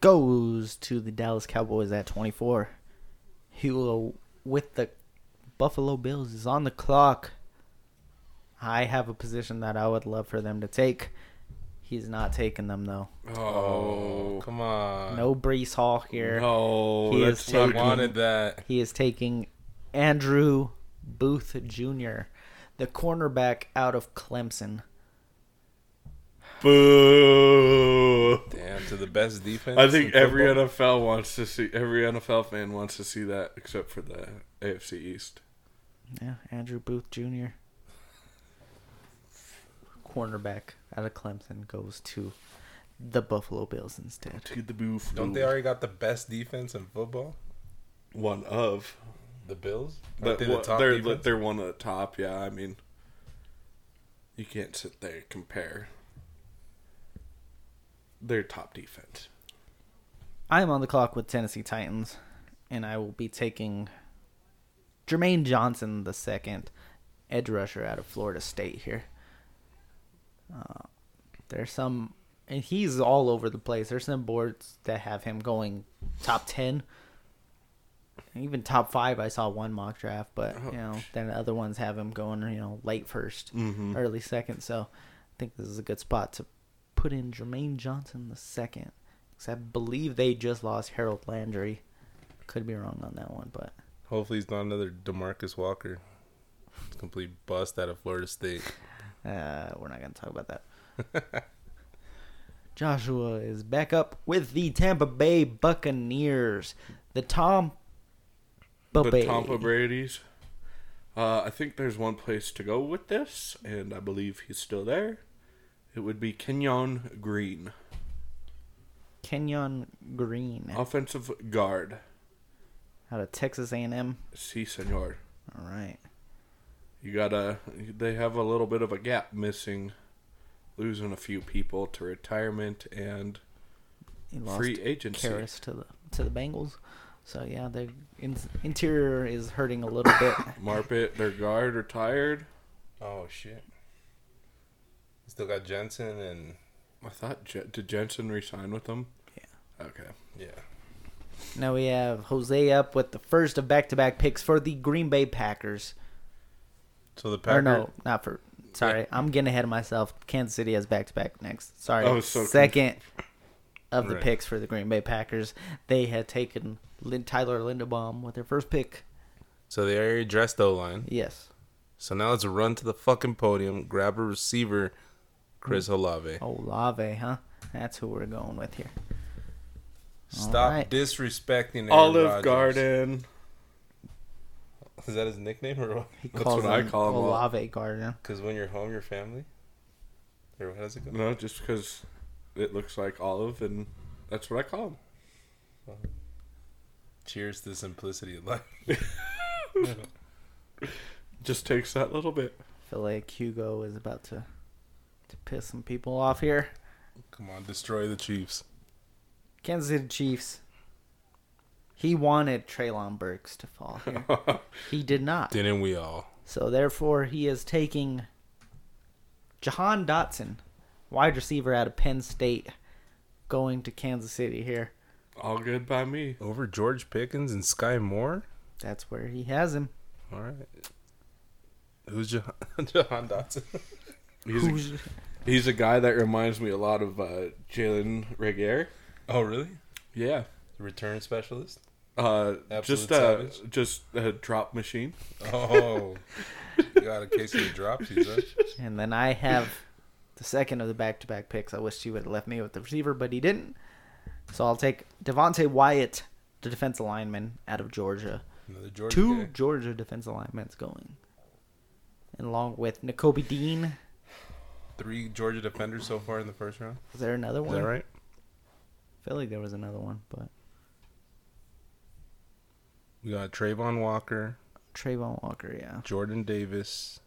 goes to the Dallas Cowboys at 24. Hugo with the Buffalo Bills is on the clock. I have a position that I would love for them to take. He's not taking them though. Oh, come on. No Brees Hall here. no! He that's is I not- taking- wanted that. He is taking Andrew Booth Jr., the cornerback out of Clemson. Boo! Damn, to the best defense. I think in every football. NFL wants to see every NFL fan wants to see that except for the AFC East. Yeah, Andrew Booth Jr. Cornerback out of Clemson goes to the Buffalo Bills instead. To the booth. Don't they already got the best defense in football? one of? The Bills. But Aren't they well, they're defense? they're one of the top. Yeah, I mean, you can't sit there and compare. Their top defense. I am on the clock with Tennessee Titans, and I will be taking Jermaine Johnson the second edge rusher out of Florida State here. Uh, there's some, and he's all over the place. There's some boards that have him going top ten, even top five. I saw one mock draft, but Oh. you know, then other ones have him going, you know, late 1st Mm-hmm. early second. So I think this is a good spot to put in Jermaine Johnson the second. Because I believe they just lost Harold Landry. Could be wrong on that one, but Hopefully, he's not another Demarcus Walker. Complete bust out of Florida State. uh, we're not going to talk about that. Joshua is back up with the Tampa Bay Buccaneers. The Tom The Bay. Tampa Brady's. Uh, I think there's one place to go with this, and I believe he's still there. It would be Kenyon Green, Kenyon Green Oh. offensive guard. out of Texas A&M. Si, senor. All right. You gotta. They have a little bit of a gap missing, losing a few people to retirement and He lost free agency. Karras to the to the Bengals. So yeah, the in- interior is hurting a little bit. Marpet, their guard retired. Oh shit. Still got Jensen and I thought Je- did Jensen resign with them? Yeah. Okay. yeah. Now we have Jose up with the first of back-to-back picks for the Green Bay Packers. So the Or Packers. no, not for. Sorry, I'm getting ahead of myself. Kansas City has back-to-back next. Sorry, Oh, so conf- second of the Right. picks for the Green Bay Packers. They had taken Lin- Tyler Lindebaum with their first pick. So they already addressed the O line. Yes. So now let's run to the fucking podium, grab a receiver, Chris Hmm. Olave. Olave, huh? That's who we're going with here. Stop right. disrespecting Aaron Olive Rodgers. Garden. Is that his nickname or what? He That's calls what I him call him, Ol- Olave Gardner. Because when you're home, your family. Or how does it go? No, just because it looks like olive, and that's what I call him. Cheers to simplicity of life. Just takes that little bit. feel like Hugo is about to to piss some people off here. Come on, destroy the Chiefs. Kansas City Chiefs. He wanted Traylon Burks to fall here. he did not. Didn't we all? So therefore, he is taking Jahan Dotson, wide receiver out of Penn State, going to Kansas City here. All good by me. Over George Pickens and Sky Moore? That's where he has him. All right. Who's Jahan, Jahan Dotson? He's a, Who's- he's a guy that reminds me a lot of uh, Jalen Regier. Oh, really? Yeah. Return specialist? Uh, Absolute just uh, savage. just a drop machine. Oh. you got a case of the drops, you said? And then I have the second of the back-to-back picks. I wish he would have left me with the receiver, but he didn't. So I'll take Devontae Wyatt, the defensive lineman out of Georgia. Another George Two guy. Georgia defensive linemen's going, and along with Nicobe Dean. Three Georgia defenders so far in the first round. Is there another Is one? that right? I feel like there was another one, but We got Trayvon Walker, Trayvon Walker, yeah. Jordan Davis,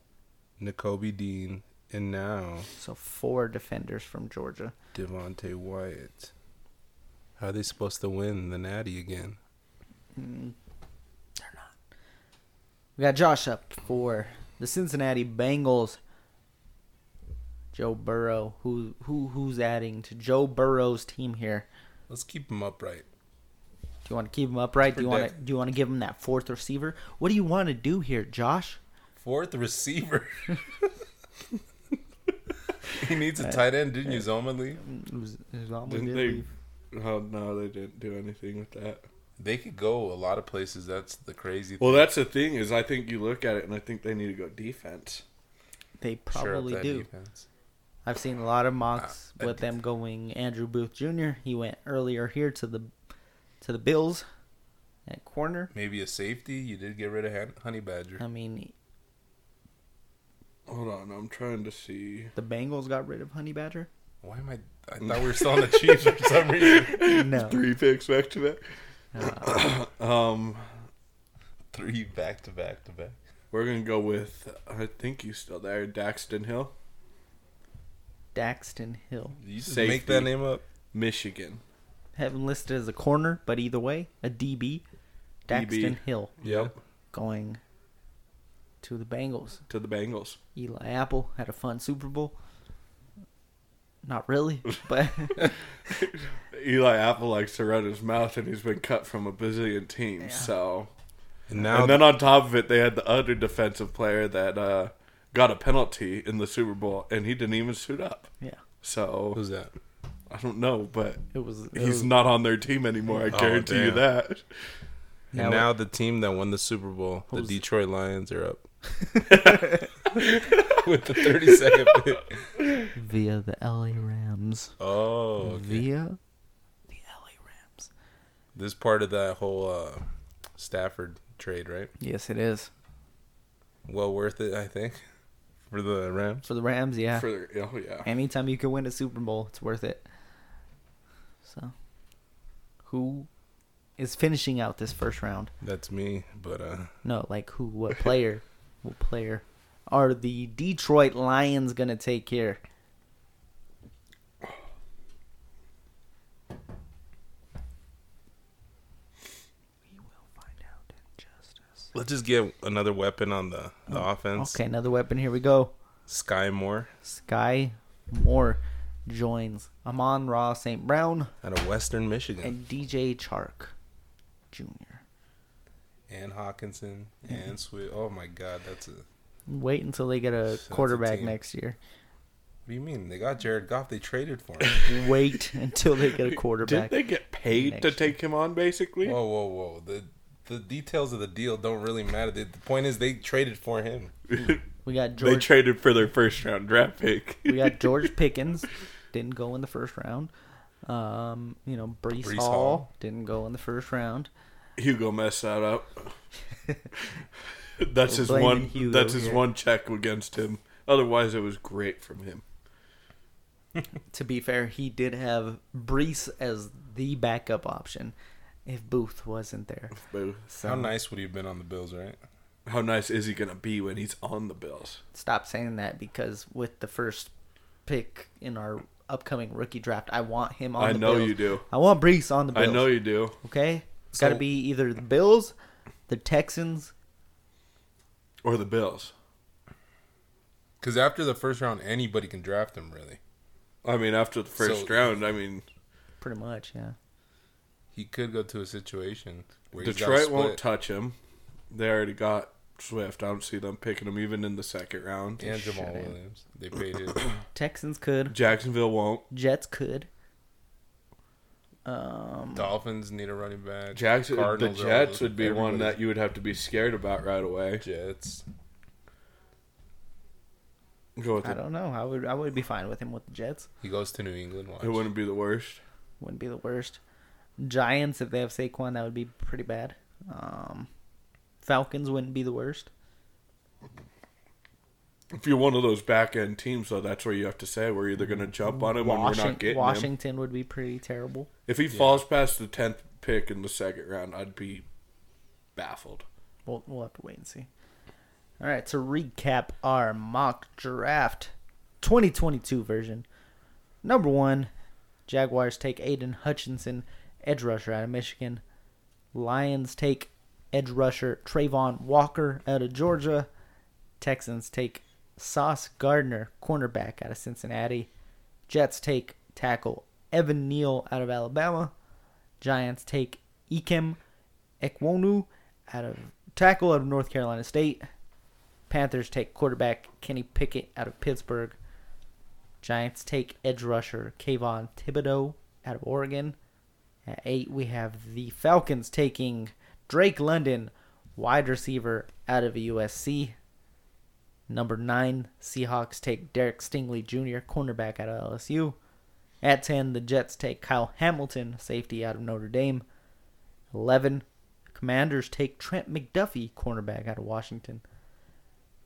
Nicobe Dean, and now So four defenders from Georgia. Devontae Wyatt. How are they supposed to win the Natty again? We got Josh up for the Cincinnati Bengals. Joe Burrow, who who who's adding to Joe Burrow's team here? Let's keep them upright. Do you want to keep him upright? Do you want to predict. do you want to give him that fourth receiver? What do you want to do here, Josh? Fourth receiver. he needs a tight end, didn't you, Zoma Lee? It was, it was almost Didn't good they? leave. Oh no, they didn't do anything with that. They could go a lot of places. That's the crazy thing. Well, that's the thing is, I think you look at it, and I think they need to go defense. They Shore up probably that do. defense. I've seen a lot of mocks Ah, Uh, with them going Andrew Booth Jr. He went earlier here to the to the Bills at corner. Maybe a safety. You did get rid of Han- Honey Badger. I mean, Hold on, I'm trying to see. the Bengals got rid of Honey Badger. Why am I? I thought we were still on the Chiefs for some reason. No, Three picks back to back. um, Three back to back to back. we're gonna go with. I think he's still there, Daxton Hill, Daxton Hill. You just Safety. make that name up. Michigan. Have him listed as a corner, but either way, a DB. Daxton DB. Hill Yep, going to the Bengals. to the Bengals. Eli Apple had a fun Super Bowl. Not really, but Eli Apple likes to run his mouth, and he's been cut from a bazillion teams. Yeah. So, And now and then on top of it, they had the other defensive player that uh, got a penalty in the Super Bowl, and he didn't even suit up. yeah, So who's that? I don't know, but it was. it he's was- not on their team anymore. I Oh, guarantee you damn. that. Now- and now the team that won the Super Bowl, the Who's- Detroit Lions, are up with the 30 second pick. via the LA Rams. Oh, okay. Via the LA Rams. this part of that whole uh, Stafford trade, right? Yes, it is Well worth it, I think, for the Rams. for the Rams. Yeah, For oh yeah, anytime you can win a Super Bowl, it's worth it. So, who is finishing out this first round? That's me, but uh, No, like who? What player? what player are the Detroit Lions gonna take here? We will find out in just a second. let's just get another weapon on the, the offense. Oh, Okay, another weapon. Here we go. Sky Moore Sky Moore joins Amon Ra St. Brown out of Western Michigan, and DJ Chark Jr. and Hawkinson, Mm-hmm. and Swift. Oh my God, that's a. What Wait until they get a That's a quarterback team. next year. do you mean? They got Jared Goff. They traded for him. Wait until they get a quarterback. did they get paid next to year. take him on? Basically, Whoa, whoa, whoa. The the details of the deal don't really matter. The, the point is they traded for him. We got they George. traded for their first round draft pick. we got George Pickens. Didn't go in the first round. Um, you know, Brees, Brees Hall, Hall. didn't go in the first round. Hugo messed that up. that's his blaming one. Hugo that's his here. one check against him. Otherwise, it was great from him. to be fair, he did have Brees as the backup option if Booth wasn't there. Boo. So How nice would he have been on the Bills, right? How nice is he gonna be when he's on the Bills? stop saying that because with the first pick in our upcoming rookie draft, I want him on I the know Bills. you do. I want Brees on the Bills. I know you do. Okay? It's So- got to be either the Bills, the Texans. Or the Bills. Because after the first round, anybody can draft him. Really, I mean, after the first So- round, I mean, Pretty much, yeah. he could go to a situation where he's Detroit got won't split. touch him. They already got Swift. I don't see them picking him even in the second round. and Jamal Shut in. Williams. They paid him. Texans could. Jacksonville won't. Jets could. Um, Dolphins need a running back. Jackson, the Cardinals are all Jets those- would be one everybody's- that you would have to be scared about right away. Jets. Go with I it. don't know. I would I would be fine with him with the Jets. He goes to New England. Watch. It wouldn't be the worst. Wouldn't be the worst. Giants if they have Saquon, that would be pretty bad. Um, Falcons wouldn't be the worst. If you're one of those back end teams, though, that's where you have to say we're either going to jump on him when we're Washing- not getting him. Washington would be pretty terrible. If he falls past the tenth pick in the second round, I'd be baffled. We'll, we'll have to wait and see. All right, to recap our mock draft 2022 version. Number one, Jaguars take Aiden Hutchinson, edge rusher out of Michigan. Lions take edge rusher Trayvon Walker out of Georgia. Texans take Sauce Gardner, cornerback out of Cincinnati. Jets take tackle Evan Neal out of Alabama. Giants take Ikem Ekwonu out of tackle out of North Carolina State. Panthers take quarterback Kenny Pickett out of Pittsburgh. Giants take edge rusher Kayvon Thibodeau out of Oregon. At eight, we have the Falcons taking Drake London, wide receiver out of USC. Number nine, Seahawks take Derek Stingley Jr., cornerback out of LSU. At 10, the Jets take Kyle Hamilton, safety out of Notre Dame. 11, Commanders take Trent McDuffie, cornerback out of Washington.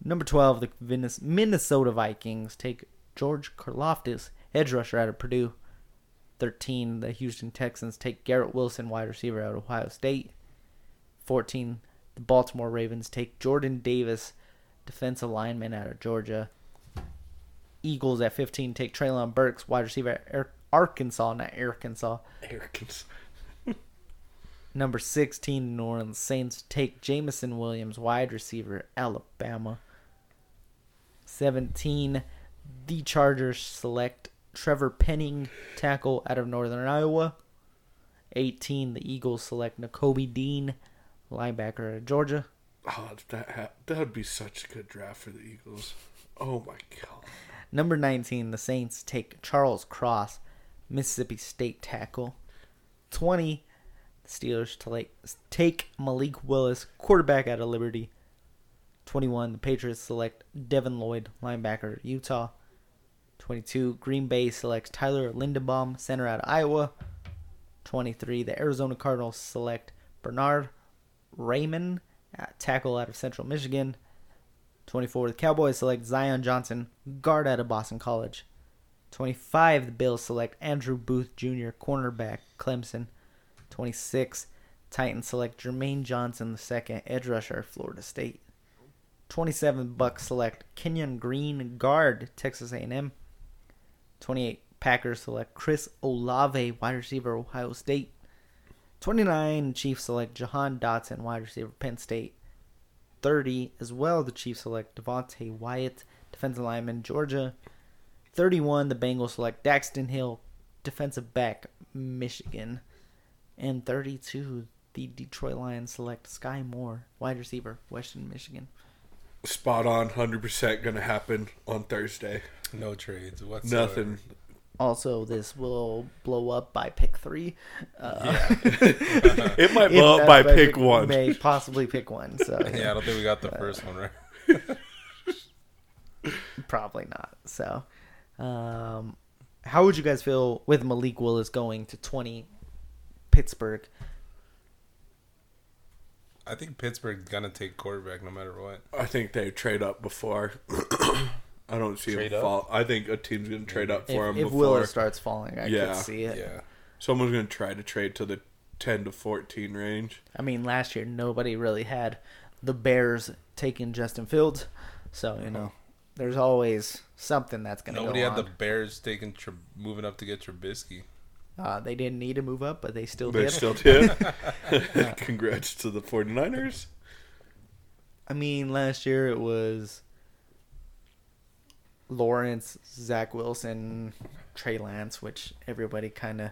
Number 12, the Venice- Minnesota Vikings take George Karloftis, edge rusher out of Purdue. 13, the Houston Texans take Garrett Wilson, wide receiver out of Ohio State. 14, the Baltimore Ravens take Jordan Davis, defensive lineman out of Georgia. Eagles at 15 take Traylon Burks, wide receiver at Ar- Arkansas, not Arkansas. Americans. Number 16, New Orleans Saints take Jamison Williams, wide receiver, Alabama. 17, the Chargers select Trevor Penning, tackle out of Northern Iowa. 18, the Eagles select N'Kobe Dean, linebacker out of Georgia. Oh, that ha- that would be such a good draft for the Eagles. Oh my god. Number 19, the Saints take Charles Cross, Mississippi State tackle. 20, the Steelers to like, take Malik Willis, quarterback out of Liberty. 21, the Patriots select Devin Lloyd, linebacker, Utah. 22, Green Bay selects Tyler Lindenbaum, center out of Iowa. 23, the Arizona Cardinals select Bernard Raymond, uh, tackle out of Central Michigan. 24, the Cowboys select Zion Johnson, guard out of Boston College. 25, the Bills select Andrew Booth Jr., cornerback, Clemson. 26, Titans select Jermaine Johnson, the second edge rusher, Florida State. 27, Bucks select Kenyon Green, guard, Texas A&M. 28, Packers select Chris Olave, wide receiver, Ohio State. 29, Chiefs select Jahan Dotson, wide receiver, Penn State. 30 as well. The Chiefs select Devontae Wyatt, defensive lineman, Georgia. 31, the Bengals select Daxton Hill, defensive back, Michigan. And 32, the Detroit Lions select Sky Moore, wide receiver, Western Michigan. Spot on, hundred percent gonna happen on Thursday. No trades whatsoever. Nothing. Also, this will blow up by pick three. Uh, It might if blow up that's by pick one. May possibly pick one, so Yeah, I don't think we got the first one right. probably not. So, um, how would you guys feel with Malik Willis going to 20 Pittsburgh? I think Pittsburgh's gonna take quarterback no matter what. I think they trade up before. I don't see Trade him up? fall. I think a team's going to trade up for if, him if before Willis starts falling, I Yeah. could see it. Yeah. someone's going to try to trade to the ten to fourteen range. I mean, last year nobody really had the Bears taking Justin Fields, so you know, there's always something that's going to go Uh-huh. Nobody had the on. Bears taking Tr- moving up to get Trubisky. Uh, they didn't need to move up, but they still They did. still did. Congrats to the 49ers. I mean, last year it was Lawrence, Zach Wilson, Trey Lance, which everybody kind of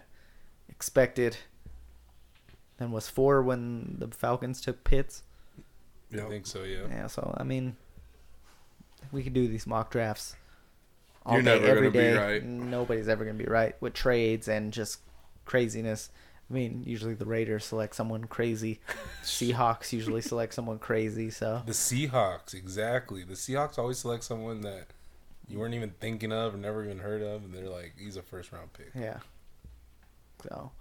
expected. Then was four when the Falcons took Pitts. I Yep. think so. Yeah. Yeah, so I mean, we could do these mock drafts all You're day, never every gonna be day. right. Nobody's ever gonna be right with trades and just craziness. I mean, usually the Raiders select someone crazy. Seahawks usually select someone crazy. So The Seahawks, exactly. The Seahawks always select someone that you weren't even thinking of or never even heard of, and they're like, he's a first round pick. yeah, so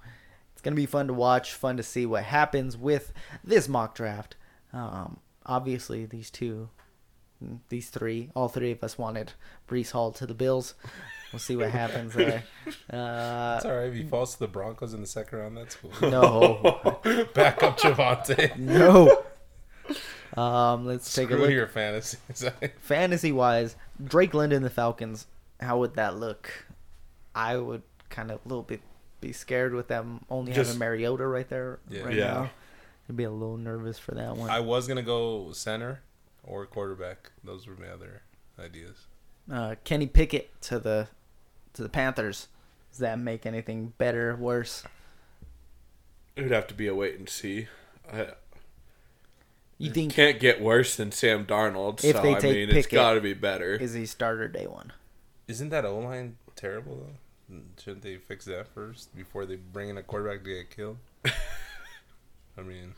it's gonna be fun to watch, fun to see what happens with this mock draft. Um, obviously, these two, mm, these three, all three of us wanted Brees Hall to the Bills. We'll see what happens there. Uh, That's all right. If he falls to the Broncos in the second round, that's cool. No, Back up Javante. no. Um, let's take a Screw look. your fantasies. Fantasy wise, Drake London, the Falcons. How would that look? I would kind of a little bit be scared with them only Just- having Mariota right there. Yeah. right Yeah. now. I'd be a little nervous for that one. I was gonna go center or quarterback. Those were my other ideas. Uh, Kenny Pickett to the to the Panthers. Does that make anything better, worse? It would have to be a wait and see. I You think can't get worse than Sam Darnold, If so they I take mean it's Pickett- got to be better. is he starter day one? Isn't that O line terrible though? Shouldn't they fix that first before they bring in a quarterback to get killed? I mean,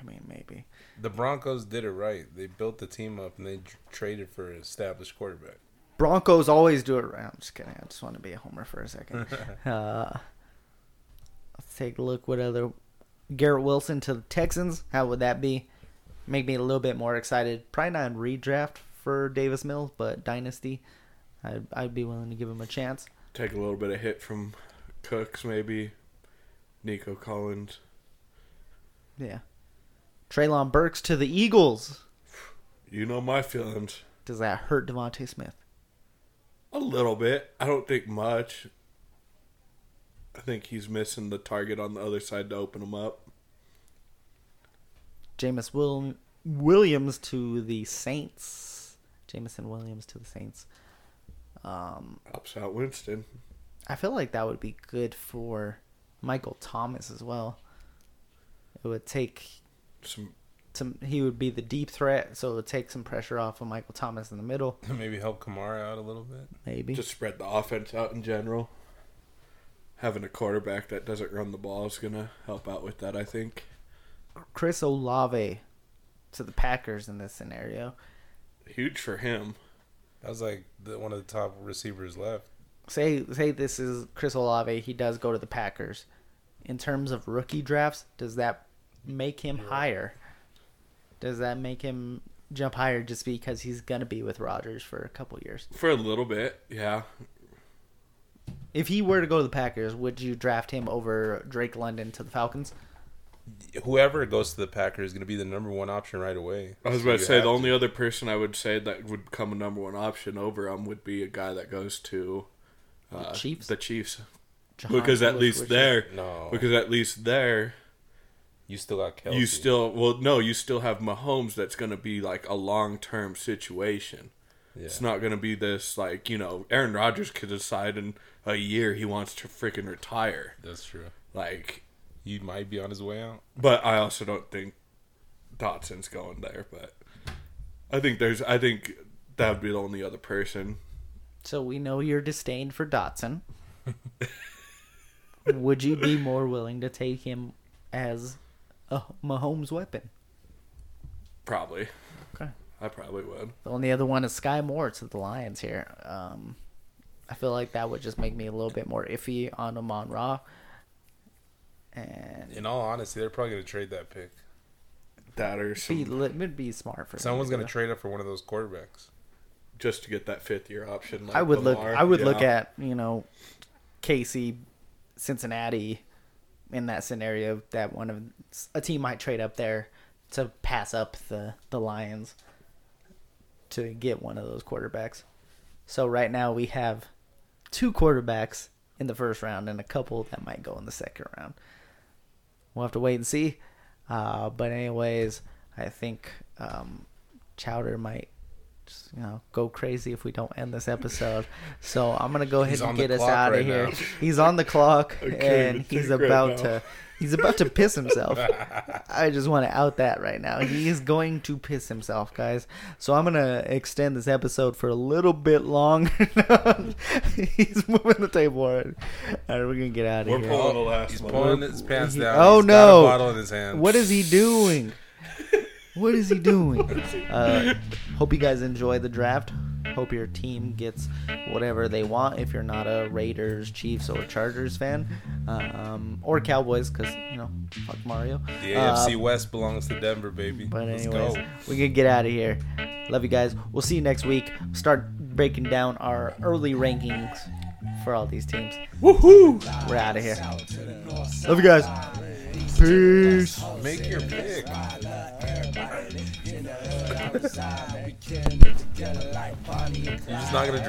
I mean, maybe. the Broncos did it right. They built the team up and they tr- traded for an established quarterback. Broncos always do it right. I'm just kidding. I just want to be a homer for a second. uh, let's take a look. What other Garrett Wilson to the Texans? How would that be? Make me a little bit more excited. Probably not in redraft for Davis Mills, but dynasty. I'd I'd be willing to give him a chance. Take a little bit of hit from Cooks, maybe Nico Collins. Yeah. Traylon Burks to the Eagles. You know my feelings Does that hurt Devontae Smith? a little bit. I don't think much. I think he's missing the target on the other side to open him up. Jameis Will- Williams to the Saints. Jamison Williams to the Saints. Um, Helps out Winston. I feel like that would be good for Michael Thomas as well. It would take Some some. He would be the deep threat, so it would take some pressure off of Michael Thomas in the middle, Maybe help Kamara out a little bit. maybe. just spread the offense out in general. Having a quarterback that doesn't run the ball is gonna help out with that. I think. Chris Olave to the Packers in this scenario. Huge for him. That was like the, one of the top receivers left. Say say this is Chris Olave. He does go to the Packers. In terms of rookie drafts, does that make him higher? Does that make him jump higher just because he's gonna be with Rodgers for a couple years? For a little bit, yeah. If he were to go to the Packers, would you draft him over Drake London to the Falcons? Whoever goes to the Packers is going to be the number one option right away. I was So about to you say have the only other person I would say that would become a number one option over him would be a guy that goes to uh, Chiefs? The Chiefs, Jahan because at Lewis least Richard- there, No. because at least there, you still got Kelsey. you still well no, you still have Mahomes. That's going to be like a long term situation. Yeah. It's not going to be this like you know Aaron Rodgers could decide in a year he wants to freaking retire. That's true. Like, He might be on his way out. but I also don't think Dotson's going there. But I think there's I think that would be the only other person. So we know your disdain for Dotson. would you be more willing to take him as a Mahomes weapon? Probably. Okay. I probably would. The only other one is Sky Moore to the Lions here. Um, I feel like that would just make me a little bit more iffy on Amon Ra. And In all honesty, they're probably going to trade that pick. That or be, some it would be smart for me Someone's do going to that. trade up for one of those quarterbacks. just to get that fifth year option. Like I would look. Lamar. I would look Yeah. at you know, Casey, Cincinnati, in that scenario that one of a team might trade up there to pass up the the Lions to get one of those quarterbacks. So right now we have two quarterbacks in the first round and a couple that might go in the second round. We'll have to wait and see. Uh, but anyways, I think um, Chowder might just, you know go crazy if we don't end this episode. So I'm gonna go ahead He's and on the get us clock out of right here. now. He's on the clock Okay, and but he's think right about now. to he's about to piss himself. I just want to out that right now. He is going to piss himself, guys. So I'm gonna extend this episode for a little bit longer. he's moving the table already. All right, we're gonna get out of We're here. pulling the last He's one. pulling his pants he- down. oh, He's no. Got a bottle in his hand. What is he doing? What is he doing? Uh, hope you guys enjoy the draft. Hope your team gets whatever they want. If you're not a Raiders, Chiefs, or Chargers fan, um, or Cowboys, because you know, fuck Mario. The Uh, AFC West belongs to Denver, baby. But Let's anyways, go. we can get out of here. Love you guys. We'll see you next week. Start breaking down our early rankings for all these teams. Woohoo! We're out of here. Love you guys. Peace. Make your pick. You're just not gonna.